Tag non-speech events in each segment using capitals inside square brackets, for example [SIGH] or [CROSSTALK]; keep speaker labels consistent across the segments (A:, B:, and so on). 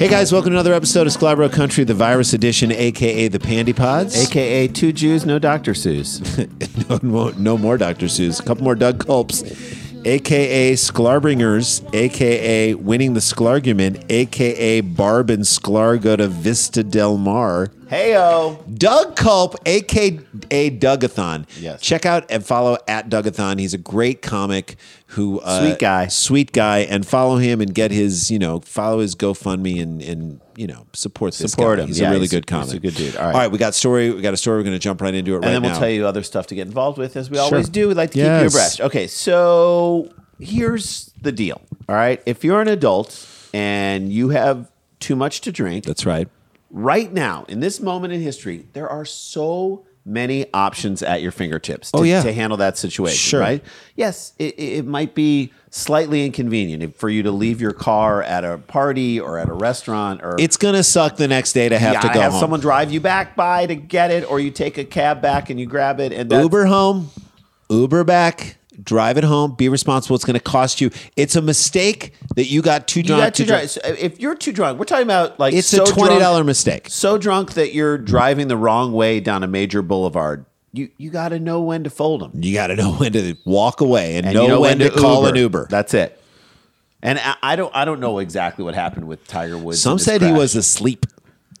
A: Hey guys, welcome to another episode of Sclabro Country, the virus edition, aka the Pandy Pods.
B: AKA two Jews, no Dr. Seuss.
A: [LAUGHS] no, no, no more Dr. Seuss, a couple more Doug Culps, aka Sklarbringers, aka Winning the Sklargument, aka Barb and Sklar go to Vista Del Mar.
B: Heyo.
A: Doug Culp, aka Dougathon.
B: Yes.
A: Check out and follow at Dougathon. He's a great comic who uh,
B: Sweet guy.
A: sweet guy, and follow him and get his you know follow his GoFundMe and and you know support this
B: Support
A: guy.
B: him.
A: He's
B: Yeah,
A: a really
B: he's-
A: good
B: he's
A: comic.
B: a good dude. All right.
A: all right, we got story. We got a story. We're going to jump right into it. right
B: And then we'll
A: now.
B: tell you other stuff to get involved with, as we always do. We'd like to keep you
A: Yes.
B: abreast. Okay, so here's the deal. All right, if you're an adult and you have too much to drink,
A: That's right.
B: right now in this moment in history, there are so many options at your fingertips to,
A: Oh, yeah.
B: to handle that situation.
A: Sure.
B: Right? Yes, it, it it might be slightly inconvenient if- for you to leave your car at a party or at a restaurant or
A: It's going to suck the next day to have
B: yeah,
A: to go
B: have
A: home.
B: someone drive you back by to get it, or you take a cab back and you grab it. And that's,
A: Uber home, Uber back, drive it home. Be responsible. It's going to cost you. It's a mistake that you got too
B: you
A: drunk.
B: got too
A: to dri-
B: drunk. So If you're too drunk, we're talking about like
A: It's
B: so
A: a twenty dollar
B: drunk-
A: mistake.
B: So drunk that you're driving the wrong way down a major boulevard. You you got to know when to fold them.
A: You got to know [LAUGHS] when to walk away and,
B: And
A: know,
B: you
A: when, to call an Uber.
B: That's it. And I, I don't I don't know exactly what happened with Tiger Woods. in
A: Some
B: this
A: said he
B: crash.
A: was asleep,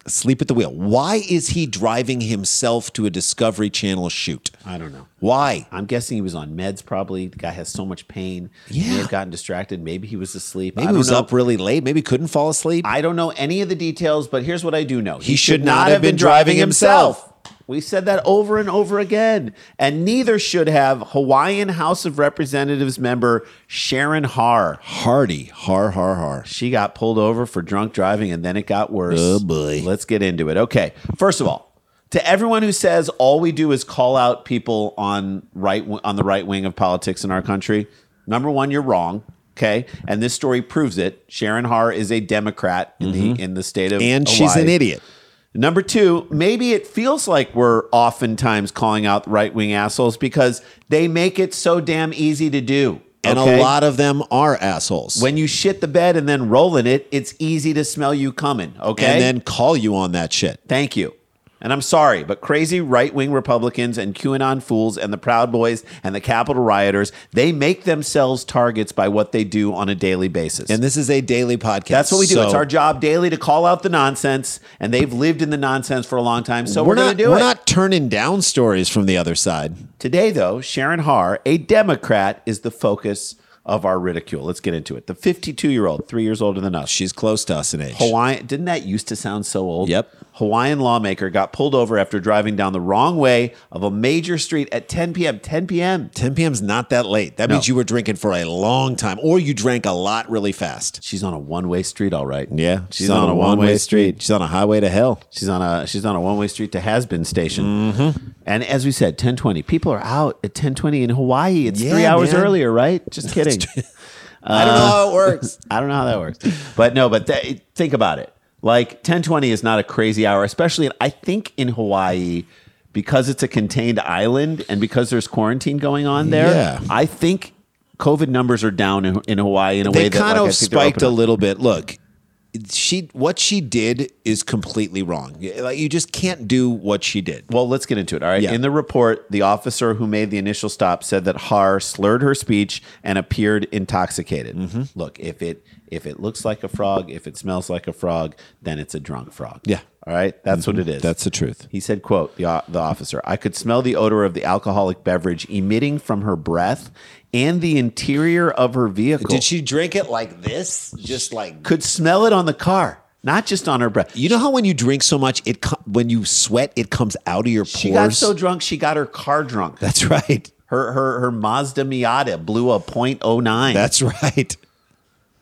A: asleep at the wheel. Why is he driving himself to a Discovery Channel shoot?
B: I don't know.
A: Why?
B: I'm guessing he was on meds. Probably the guy has so much pain. He
A: Yeah.
B: may have gotten distracted. Maybe he was asleep. I
A: Maybe
B: don't
A: he was
B: know.
A: up really late. Maybe couldn't fall asleep.
B: I don't know any of the details, but here's what I do know. He,
A: should not have been driving himself.
B: We said that over and over again. And neither should have Hawaiian House of Representatives member Sharon Har.
A: Hardy, har har har.
B: She got pulled over for drunk driving and then it got worse.
A: Oh, boy.
B: Let's get into it. Okay. First of all, to everyone who says all we do is call out people on right on the right wing of politics in our country, number 1, you're wrong. Okay, and this story proves it. Sharon Har is a Democrat in the in the state of
A: Mm-hmm. And she's an
B: Hawaii.
A: idiot.
B: Number two, maybe it feels like we're oftentimes calling out right wing assholes because they make it so damn easy to do.
A: And
B: okay?
A: a lot of them are assholes.
B: When you shit the bed and then roll in it, it's easy to smell you coming. Okay.
A: and then call you on that shit.
B: Thank you. And I'm sorry, but crazy right wing Republicans and QAnon fools and the Proud Boys and the Capitol rioters, they make themselves targets by what they do on a daily basis.
A: And this is a daily podcast.
B: That's what we do.
A: so
B: it's our job daily to call out the nonsense, and they've lived in the nonsense for a long time. So
A: We're,
B: we're,
A: not.
B: going to do
A: we're
B: it.
A: not turning down stories from the other side.
B: Today, though, Sharon Har, a Democrat, is the focus of our ridicule. Let's get into it. The 52 year old, three years older than us. She-
A: She's close to us in age.
B: Hawaiian, didn't that used to sound so old?
A: Yep.
B: Hawaiian lawmaker got pulled over after driving down the wrong way of a major street at 10 p.m. 10 p.m.
A: 10 p.m. is not that late. That
B: No.
A: means you were drinking for a long time, or you drank a lot really fast.
B: She's on a one way street, all right.
A: Yeah,
B: She's, on, a one way street.
A: She's on a highway to hell.
B: She's on a she's on a one way street to Has Been Station. And as we said, ten twenty people are out at ten twenty in Hawaii. It's
A: Yeah,
B: three hours
A: man.
B: earlier, right? Just kidding.
A: I don't know how
B: Uh,
A: it
B: [LAUGHS]
A: works.
B: I don't know how that works, but no. But that, think about it. Like ten twenty is not a crazy hour, especially I think in Hawaii because it's a contained island and because there's quarantine going on there.
A: Yeah.
B: I think COVID numbers are down in, in Hawaii in a way
A: They
B: that
A: kind
B: like, I
A: of
B: think they're
A: spiked
B: open
A: a
B: up.
A: little bit. Look, she what she did is completely wrong. Like you just can't do what she did.
B: Well, let's get into it. All right.
A: Yeah.
B: In the report, the officer who made the initial stop said that Har slurred her speech and appeared intoxicated.
A: Mm-hmm.
B: Look, if it if it looks like a frog, if it smells like a frog, then it's a drunk frog.
A: Yeah. Mm-hmm.
B: All right. That's what it is.
A: That's the truth.
B: He said, "Quote the o- the officer: I could smell the odor of the alcoholic beverage emitting from her breath and the interior of her vehicle.
A: Did she drink it like this? Just like
B: could smell it on the car." not just on her breath.
A: You know how when you drink so much, it co- when you sweat, it comes out of your pores.
B: She got so drunk, she got her car drunk.
A: That's right.
B: Her her her Mazda Miata blew a .09.
A: That's right.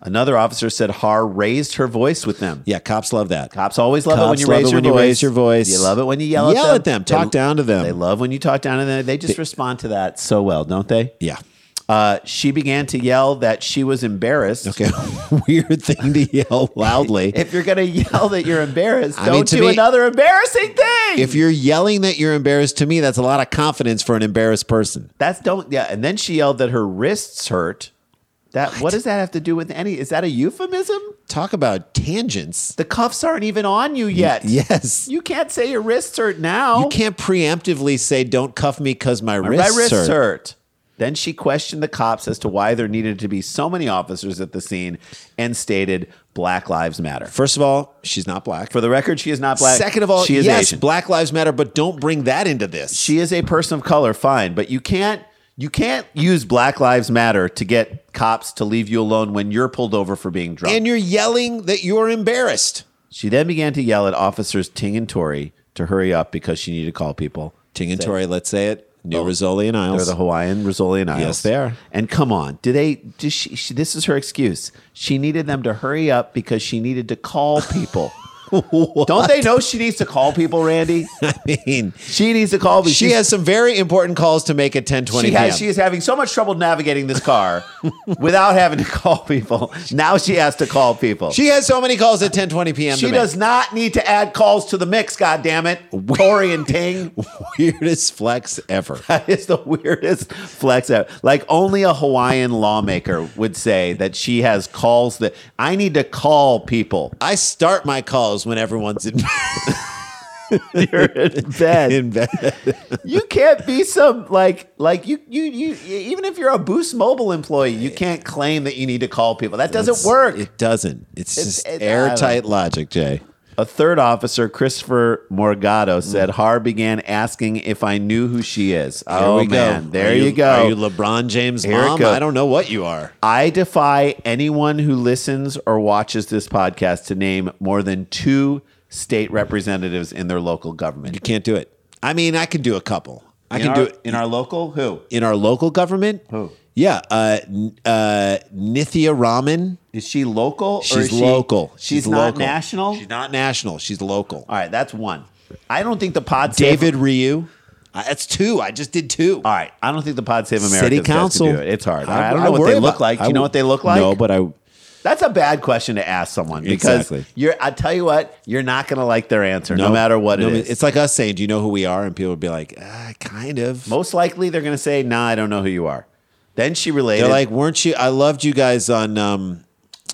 B: Another officer said Har raised her voice with them.
A: Yeah, cops love that.
B: Cops always love it when
A: Cops
B: you,
A: love
B: raise,
A: it
B: your
A: when you
B: voice.
A: raise your voice.
B: You love it when you yell,
A: Yell
B: at
A: at
B: them.
A: them, talk down to them.
B: They love when you talk down to them. They just respond to that so well, don't they?
A: Yeah.
B: Uh, she began to yell that she was embarrassed.
A: Okay. [LAUGHS] Weird thing to yell [LAUGHS] loudly.
B: If you're going to yell that you're
A: [LAUGHS]
B: embarrassed,
A: I
B: don't
A: mean, to
B: do
A: me-
B: another embarrassing thing.
A: If you're yelling that you're embarrassed to me, that's a lot of confidence for an embarrassed person.
B: That's don't yeah. And then she yelled that her wrists hurt. That what does that have to do with any? Is that a euphemism?
A: Talk about tangents.
B: The cuffs aren't even on you
A: [LAUGHS]
B: yet.
A: Yes.
B: You can't say your wrists hurt now.
A: You can't preemptively say, don't cuff me because my,
B: My
A: wrists,
B: wrists hurt.
A: hurt.
B: Then she questioned the cops as to why there needed to be so many officers at the scene and stated Black Lives Matter.
A: First of all, she's not black.
B: For the record, she is not black.
A: Second of all,
B: she is
A: yes,
B: Asian.
A: Black Lives Matter, but don't bring that into this.
B: she is a person of color, fine, but you can't you can't use Black Lives Matter to get cops to leave you alone when you're pulled over for being drunk.
A: and you're yelling that you're embarrassed.
B: She then began to yell at officers Ting and Tori to hurry up because she needed to call people.
A: Ting and Tori, let's say it. New Rizzoli and
B: Oh. They're
A: Isles.
B: the Hawaiian Rizzoli and Isles.
A: Yes, they are.
B: And come on, do they? Does she, she? This is her excuse. She needed them to hurry up because she needed to call
A: [LAUGHS]
B: people. Don't they know she needs to call people, Randy?
A: I mean,
B: She needs to call. people.
A: she has some very important calls to make at 1020
B: She has.
A: PM.
B: She is having so much trouble navigating
A: [LAUGHS]
B: this car without having to call people. Now she has to call people.
A: She has so many calls at 10:20 p.m.
B: She
A: to
B: does not need to add calls to the mix. God damn it, Tori and Ting.
A: make. [LAUGHS] weirdest flex ever.
B: [LAUGHS] That is the weirdest flex ever. Like only a Hawaiian lawmaker would say that she has calls that I need to call people.
A: I start my calls when everyone's in,
B: You're in bed.
A: in bed. [LAUGHS]
B: You can't be some like like you you you even if you're a Boost Mobile employee, you can't claim that you need to call people. That doesn't work.
A: It doesn't. It's, just
B: it- I
A: airtight logic, Jay.
B: A third officer, Christopher Morgado, said Har began asking if I knew who she is.
A: There
B: oh
A: we go.
B: man, there
A: Are
B: you, go.
A: Are you LeBron James'
B: Here it
A: mom?
B: goes.
A: I don't know what you are.
B: I defy anyone who listens or watches this podcast to name more than two state representatives in their local government.
A: You can't do it. I mean, I can do a couple. I
B: In
A: can
B: our-
A: do it
B: in our local. Who
A: in our local government.
B: Who?
A: Yeah, uh, n- uh, Nithya Raman.
B: is she? Local? or
A: She's
B: is she-
A: local.
B: She's, not
A: local.
B: national.
A: She's not national. She's local.
B: All right, that's one. I don't think the pod. Save-
A: David Ryu. Uh, that's two. I just did two.
B: all right, I don't think the Pod Save America
A: City
B: says to
A: Council.
B: do it. It's hard. I,
A: I
B: don't know what
A: worry
B: they look
A: about-
B: like. Do
A: I
B: you know
A: w-
B: what they look like?
A: No, but I.
B: That's a bad question to ask someone because
A: Exactly.
B: you're. I tell you what, you're not going to like their answer, no, matter what
A: no,
B: it is.
A: It's like us saying, "Do you know who we are?" And people would be like, ah, "Kind of."
B: Most likely, they're going to say, "Nah, I don't know who you are." Then she related.
A: They're like, "Weren't you?" I loved you guys on um,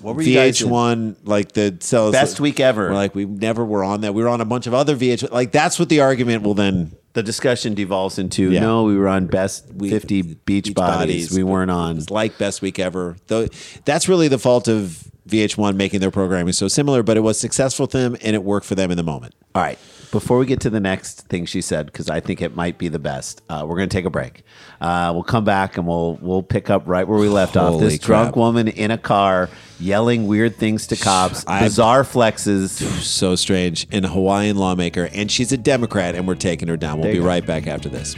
B: "What were you guys in?
A: VH1, like the sales
B: Best week ever.
A: We're like, we never were on that. We were on a bunch of other VH. Like that's what the argument will then.
B: The discussion devolves into
A: Yeah.
B: no, we were on best
A: We-
B: fifty beach,
A: Beach
B: bodies.
A: Bodies,
B: We
A: but
B: weren't on.
A: It's like best week ever. Though that's really the fault of VH1 making their programming so similar, but it was successful for them and it worked for them in the moment.
B: All right. Before we get to the next thing she said, because I think it might be the best, uh, we're going to take a break. Uh, we'll come back and we'll we'll pick up right where we left off.
A: Holy
B: This drunk
A: crap.
B: woman in a car yelling weird things to cops,
A: I-
B: bizarre flexes.
A: So strange. And a Hawaiian lawmaker, and she's a Democrat, and we're taking her down. We'll
B: you
A: be
B: go.
A: right back after this.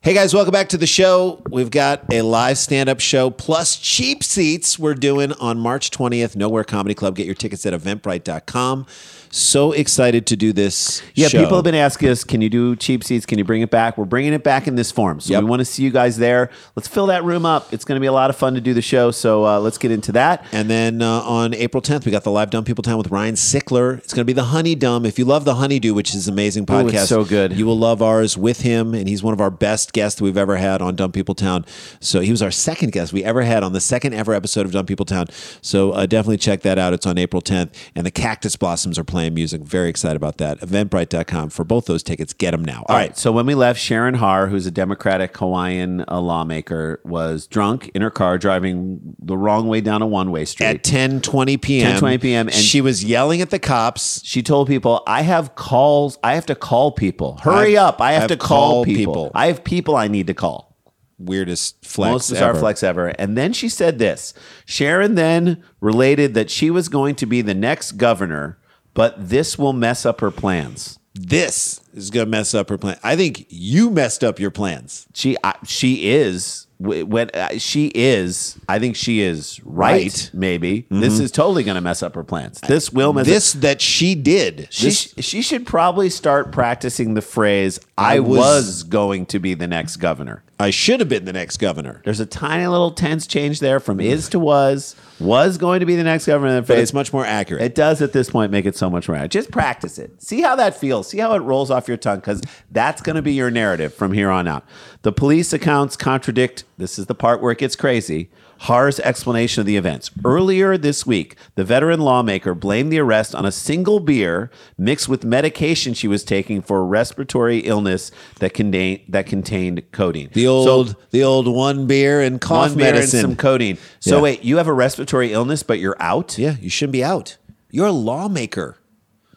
A: Hey guys, welcome back to the show. We've got a live stand up show plus cheap seats we're doing on March 20th, Nowhere Comedy Club. Get your tickets at eventbrite.com. So excited to do this.
B: Yeah,
A: show.
B: people have been asking us, can you do cheap seats? Can you bring it back? We're bringing it back in this form. So
A: Yep.
B: we want to see you guys there. Let's fill that room up. It's going to be a lot of fun to do the show. So uh, let's get into that.
A: And then uh, on April 10th, we got the live Dumb People Town with Ryan Sickler. It's going to be the Honey Dumb. If you love the Honeydew, which is an amazing
B: Ooh,
A: podcast,
B: it's so good.
A: You will love ours with him, and he's one of our best guest we've ever had on Dumb People Town. So he was our second guest we ever had on the second ever episode of Dumb People Town. So uh, definitely check that out. It's on April 10th. And the Cactus Blossoms are playing music. Very excited about that. Eventbrite.com for both those tickets. Get them now. All
B: All
A: right.
B: right. So when we left, Sharon Har, who's a Democratic Hawaiian uh, lawmaker, was drunk in her car driving the wrong way down a one way street.
A: At 10 20 p.m.
B: 10:20 p.m., and-
A: she was yelling at the cops.
B: she told people, "I have calls. I have to call people.
A: I've-
B: Hurry up! I have
A: I've
B: to call
A: called
B: people.
A: people.
B: I have people I need to call."
A: Weirdest flex.
B: Most bizarre
A: ever.
B: flex ever. And then she said this. Sharon then related that she was going to be the next governor, but this will mess up her plans.
A: This is going to mess up her plan. I think you messed up your plans.
B: She I, she is wh- when uh, she is, I think she is right.
A: Right. Mm-hmm.
B: Maybe this is totally going to mess up her plans. This will mess.
A: This that she did.
B: she,
A: This-
B: she should probably start practicing the phrase "I,
A: I was-
B: was, going to be the next governor."
A: I should have been the next governor.
B: There's a tiny little tense change there from is to was. Was going to be the next governor. in the
A: But
B: phrase.
A: it's much more accurate.
B: It does at this point make it so much more. Just practice it. See how that feels. See how it rolls off your tongue because that's going to be your narrative from here on out. The police accounts contradict. This is the part where it gets crazy. Har's explanation of the events. Earlier this week, the veteran lawmaker blamed the arrest on a single beer mixed with medication she was taking for a respiratory illness that contained that contained codeine.
A: the
B: So-
A: old the old one beer and con
B: cough beer and
A: medicine.
B: some codeine. So
A: Yeah.
B: wait, you have a respiratory illness, but you're out.
A: yeah, you shouldn't be out. You're a lawmaker.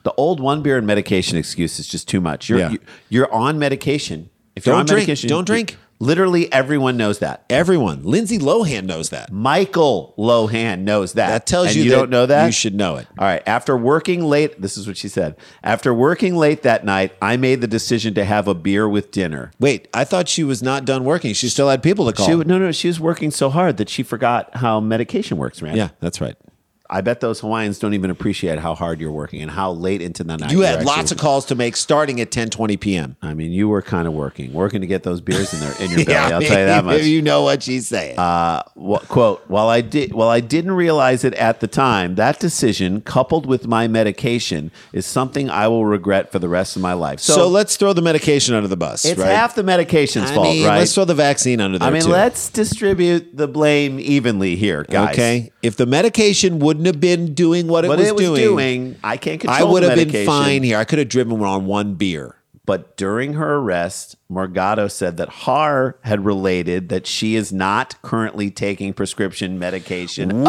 B: The old one beer and medication excuse is just too much. You're
A: Yeah.
B: you- you're on medication. If
A: Don't
B: you're on
A: drink.
B: medication,
A: Don't drink.
B: Literally everyone knows that.
A: Everyone. Lindsay Lohan knows that.
B: Michael Lohan knows that.
A: That tells
B: And
A: you
B: you
A: that
B: don't know that.
A: you should know it.
B: All right. After working late, this is what she said. After working late that night, I made the decision to have a beer with dinner.
A: Wait, I thought she was not done working. She still had people to call.
B: She no no she was working so hard that she forgot how medication works, man.
A: yeah, that's right.
B: I bet those Hawaiians don't even appreciate how hard you're working and how late into the night
A: You
B: you're
A: had lots
B: actually-
A: of calls to make starting at 10 20 p.m.
B: I mean, you were kind of working, working to get those beers in there in your belly.
A: [LAUGHS] [LAUGHS] Yeah,
B: I'll tell you that much. Uh,
A: You Uh, know what she's saying.
B: Wha- quote while i did while i didn't realize it at the time that decision coupled with my medication is something i will regret for the rest of my life so,
A: so, let's throw the medication under the bus.
B: it's
A: right?
B: half the medication's
A: I
B: fault
A: mean,
B: right
A: Let's throw the vaccine under there.
B: i mean
A: too.
B: let's distribute the blame evenly here guys
A: Okay. If the medication wouldn't have been doing what it,
B: what
A: was,
B: it was doing,
A: doing,
B: i can't control
A: I would
B: the
A: have been
B: medication.
A: fine here. I could have driven on one beer.
B: But during her arrest, Morgado said that Har had related that she is not currently taking prescription medication. Uh,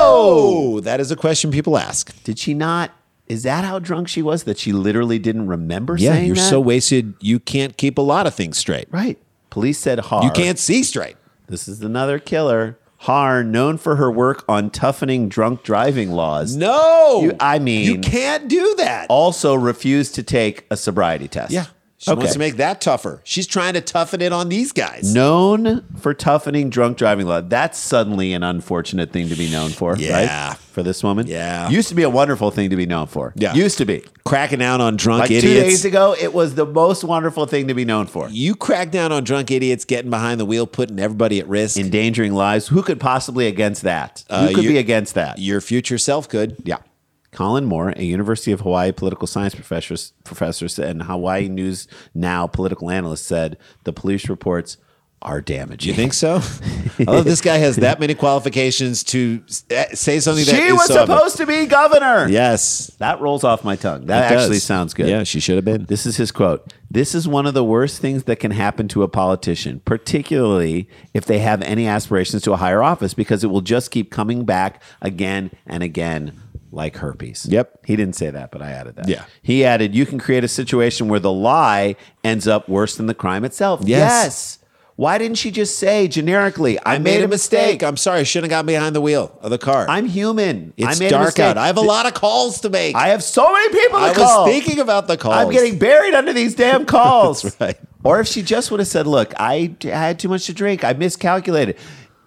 A: Oh, that is a question people ask.
B: Did she not? Is that how drunk she was that she literally didn't remember
A: Yeah,
B: saying
A: you're
B: that?
A: so wasted. You can't keep a lot of things straight.
B: right. Police said Har.
A: You can't see straight.
B: This is another killer. Har, known for her work on toughening drunk driving laws,
A: No,
B: You- I mean-
A: you can't do that.
B: also refused to take a sobriety test.
A: yeah, she wants to make that tougher. She's trying to toughen it on these guys.
B: known for toughening drunk driving law. That's suddenly an unfortunate thing to be known for,
A: Yeah.
B: right? For this woman.
A: Yeah.
B: Used to be a wonderful thing to be known for.
A: Yeah.
B: Used to be.
A: cracking down on drunk
B: Like
A: idiots.
B: two days ago, it was the most wonderful thing to be known for.
A: You crack down on drunk idiots, getting behind the wheel, putting everybody at risk.
B: endangering lives. Who could possibly against that?
A: Uh,
B: Who could
A: you-
B: be against that?
A: Your future self could.
B: yeah. Colin Moore, a University of Hawaii political science professor, professor and Hawaii News Now political analyst, said the police reports are damaging.
A: You think
B: [LAUGHS]
A: so? I love this guy has that many qualifications to s- eh, say something that
B: she
A: is
B: was
A: so obvi-
B: supposed to be governor?
A: Yes,
B: That rolls off my tongue. That
A: It does.
B: actually sounds good.
A: Yeah, she should have been.
B: This is his quote. This is one of the worst things that can happen to a politician, particularly if they have any aspirations to a higher office, because it will just keep coming back again and again like herpes.
A: Yep.
B: He didn't say that, but I added that.
A: Yeah.
B: He added, you can create a situation where the lie ends up worse than the crime itself.
A: Yes.
B: Yes. Why didn't she just say generically, I,
A: I made a mistake. I'm sorry. I shouldn't have gotten behind the wheel of the car.
B: I'm human.
A: it's
B: I made a
A: dark
B: mistake.
A: out. I have a lot of calls to make.
B: I have so many people to
A: I was
B: call.
A: thinking about the calls.
B: I'm getting buried under these damn
A: [LAUGHS]
B: calls.
A: That's right.
B: Or if she just would have said, "Look, I d- had too much to drink. I miscalculated.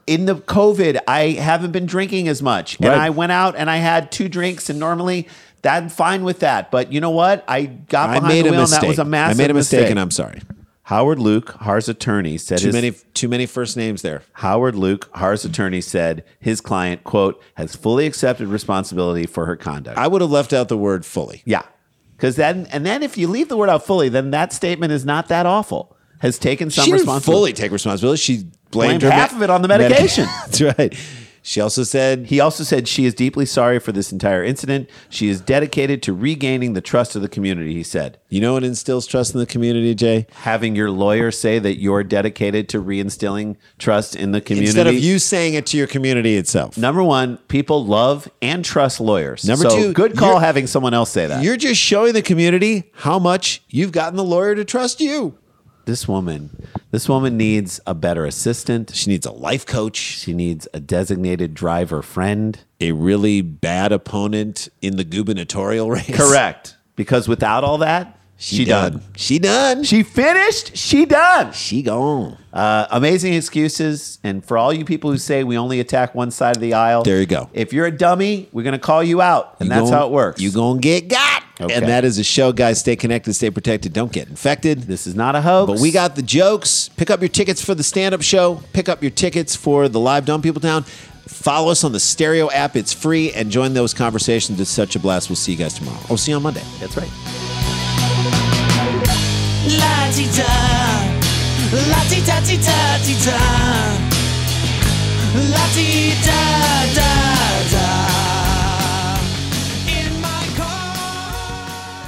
B: In the COVID, I haven't been drinking as much,
A: Right.
B: and I went out and I had two drinks, and normally." that- I'm fine with that, but you know what? I got
A: I
B: behind
A: made
B: the
A: a
B: wheel,
A: mistake.
B: and that was a massive
A: I made a mistake, and I'm sorry.
B: Howard Luke, Har's attorney, said
A: Too
B: his-
A: many, too many first names there.
B: Howard Luke, Har's attorney, said his client quote has fully accepted responsibility for her conduct.
A: I would have left out the word fully.
B: Yeah. Cause then and then if you leave the word out fully, then that statement is not that awful. has taken some
A: she didn't
B: responsibility.
A: fully take responsibility. She blamed,
B: Blamed
A: her
B: half of it on the
A: [LAUGHS]
B: medication.
A: That's right. She also said
B: He also said she is deeply sorry for this entire incident. She is dedicated to regaining the trust of the community, he said.
A: You know what instills trust in the community, Jay?
B: Having your lawyer say that you're dedicated to reinstilling trust in the community.
A: Instead of you saying it to your community itself.
B: Number one, people love and trust lawyers.
A: Number
B: So,
A: two,
B: good call
A: you're-
B: having someone else say that.
A: You're just showing the community how much you've gotten the lawyer to trust you.
B: This woman, this woman needs a better assistant.
A: She needs a life coach,
B: She needs a designated driver friend.
A: a really bad opponent in the gubernatorial race.
B: Correct. Because without all that, she, done.
A: [LAUGHS] She done.
B: She finished. She done.
A: She gone.
B: Uh, amazing excuses. And for all you people who say we only attack one side of the aisle,
A: There you go.
B: If you're a dummy, we're going to call you out. And
A: You
B: that's
A: gon-
B: how it works.
A: You gonna get got.
B: Okay.
A: And that is the show, guys. Stay connected, stay protected, don't get infected.
B: this is not a hoax.
A: But we got the jokes. Pick up your tickets for the stand up show. Pick up your tickets for the live Dumb People Town. Follow us on the stereo app. It's free and join those conversations. It's such a blast. We'll see you guys tomorrow. We'll see you on Monday.
B: That's right.
C: La-ti-ta, la-ti-ta-ti-ta-ti-ta. La-ti-da-da-da. In my car.